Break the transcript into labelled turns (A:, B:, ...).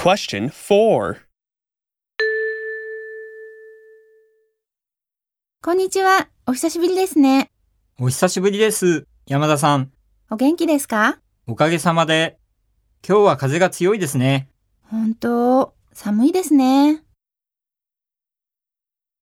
A: Question 4.
B: こんにちは。お久しぶりですね。
C: お久しぶりです。山田さん、
B: お元気ですか
C: おかげさまで。今日は風が強いですね。
B: 本当、寒いですね。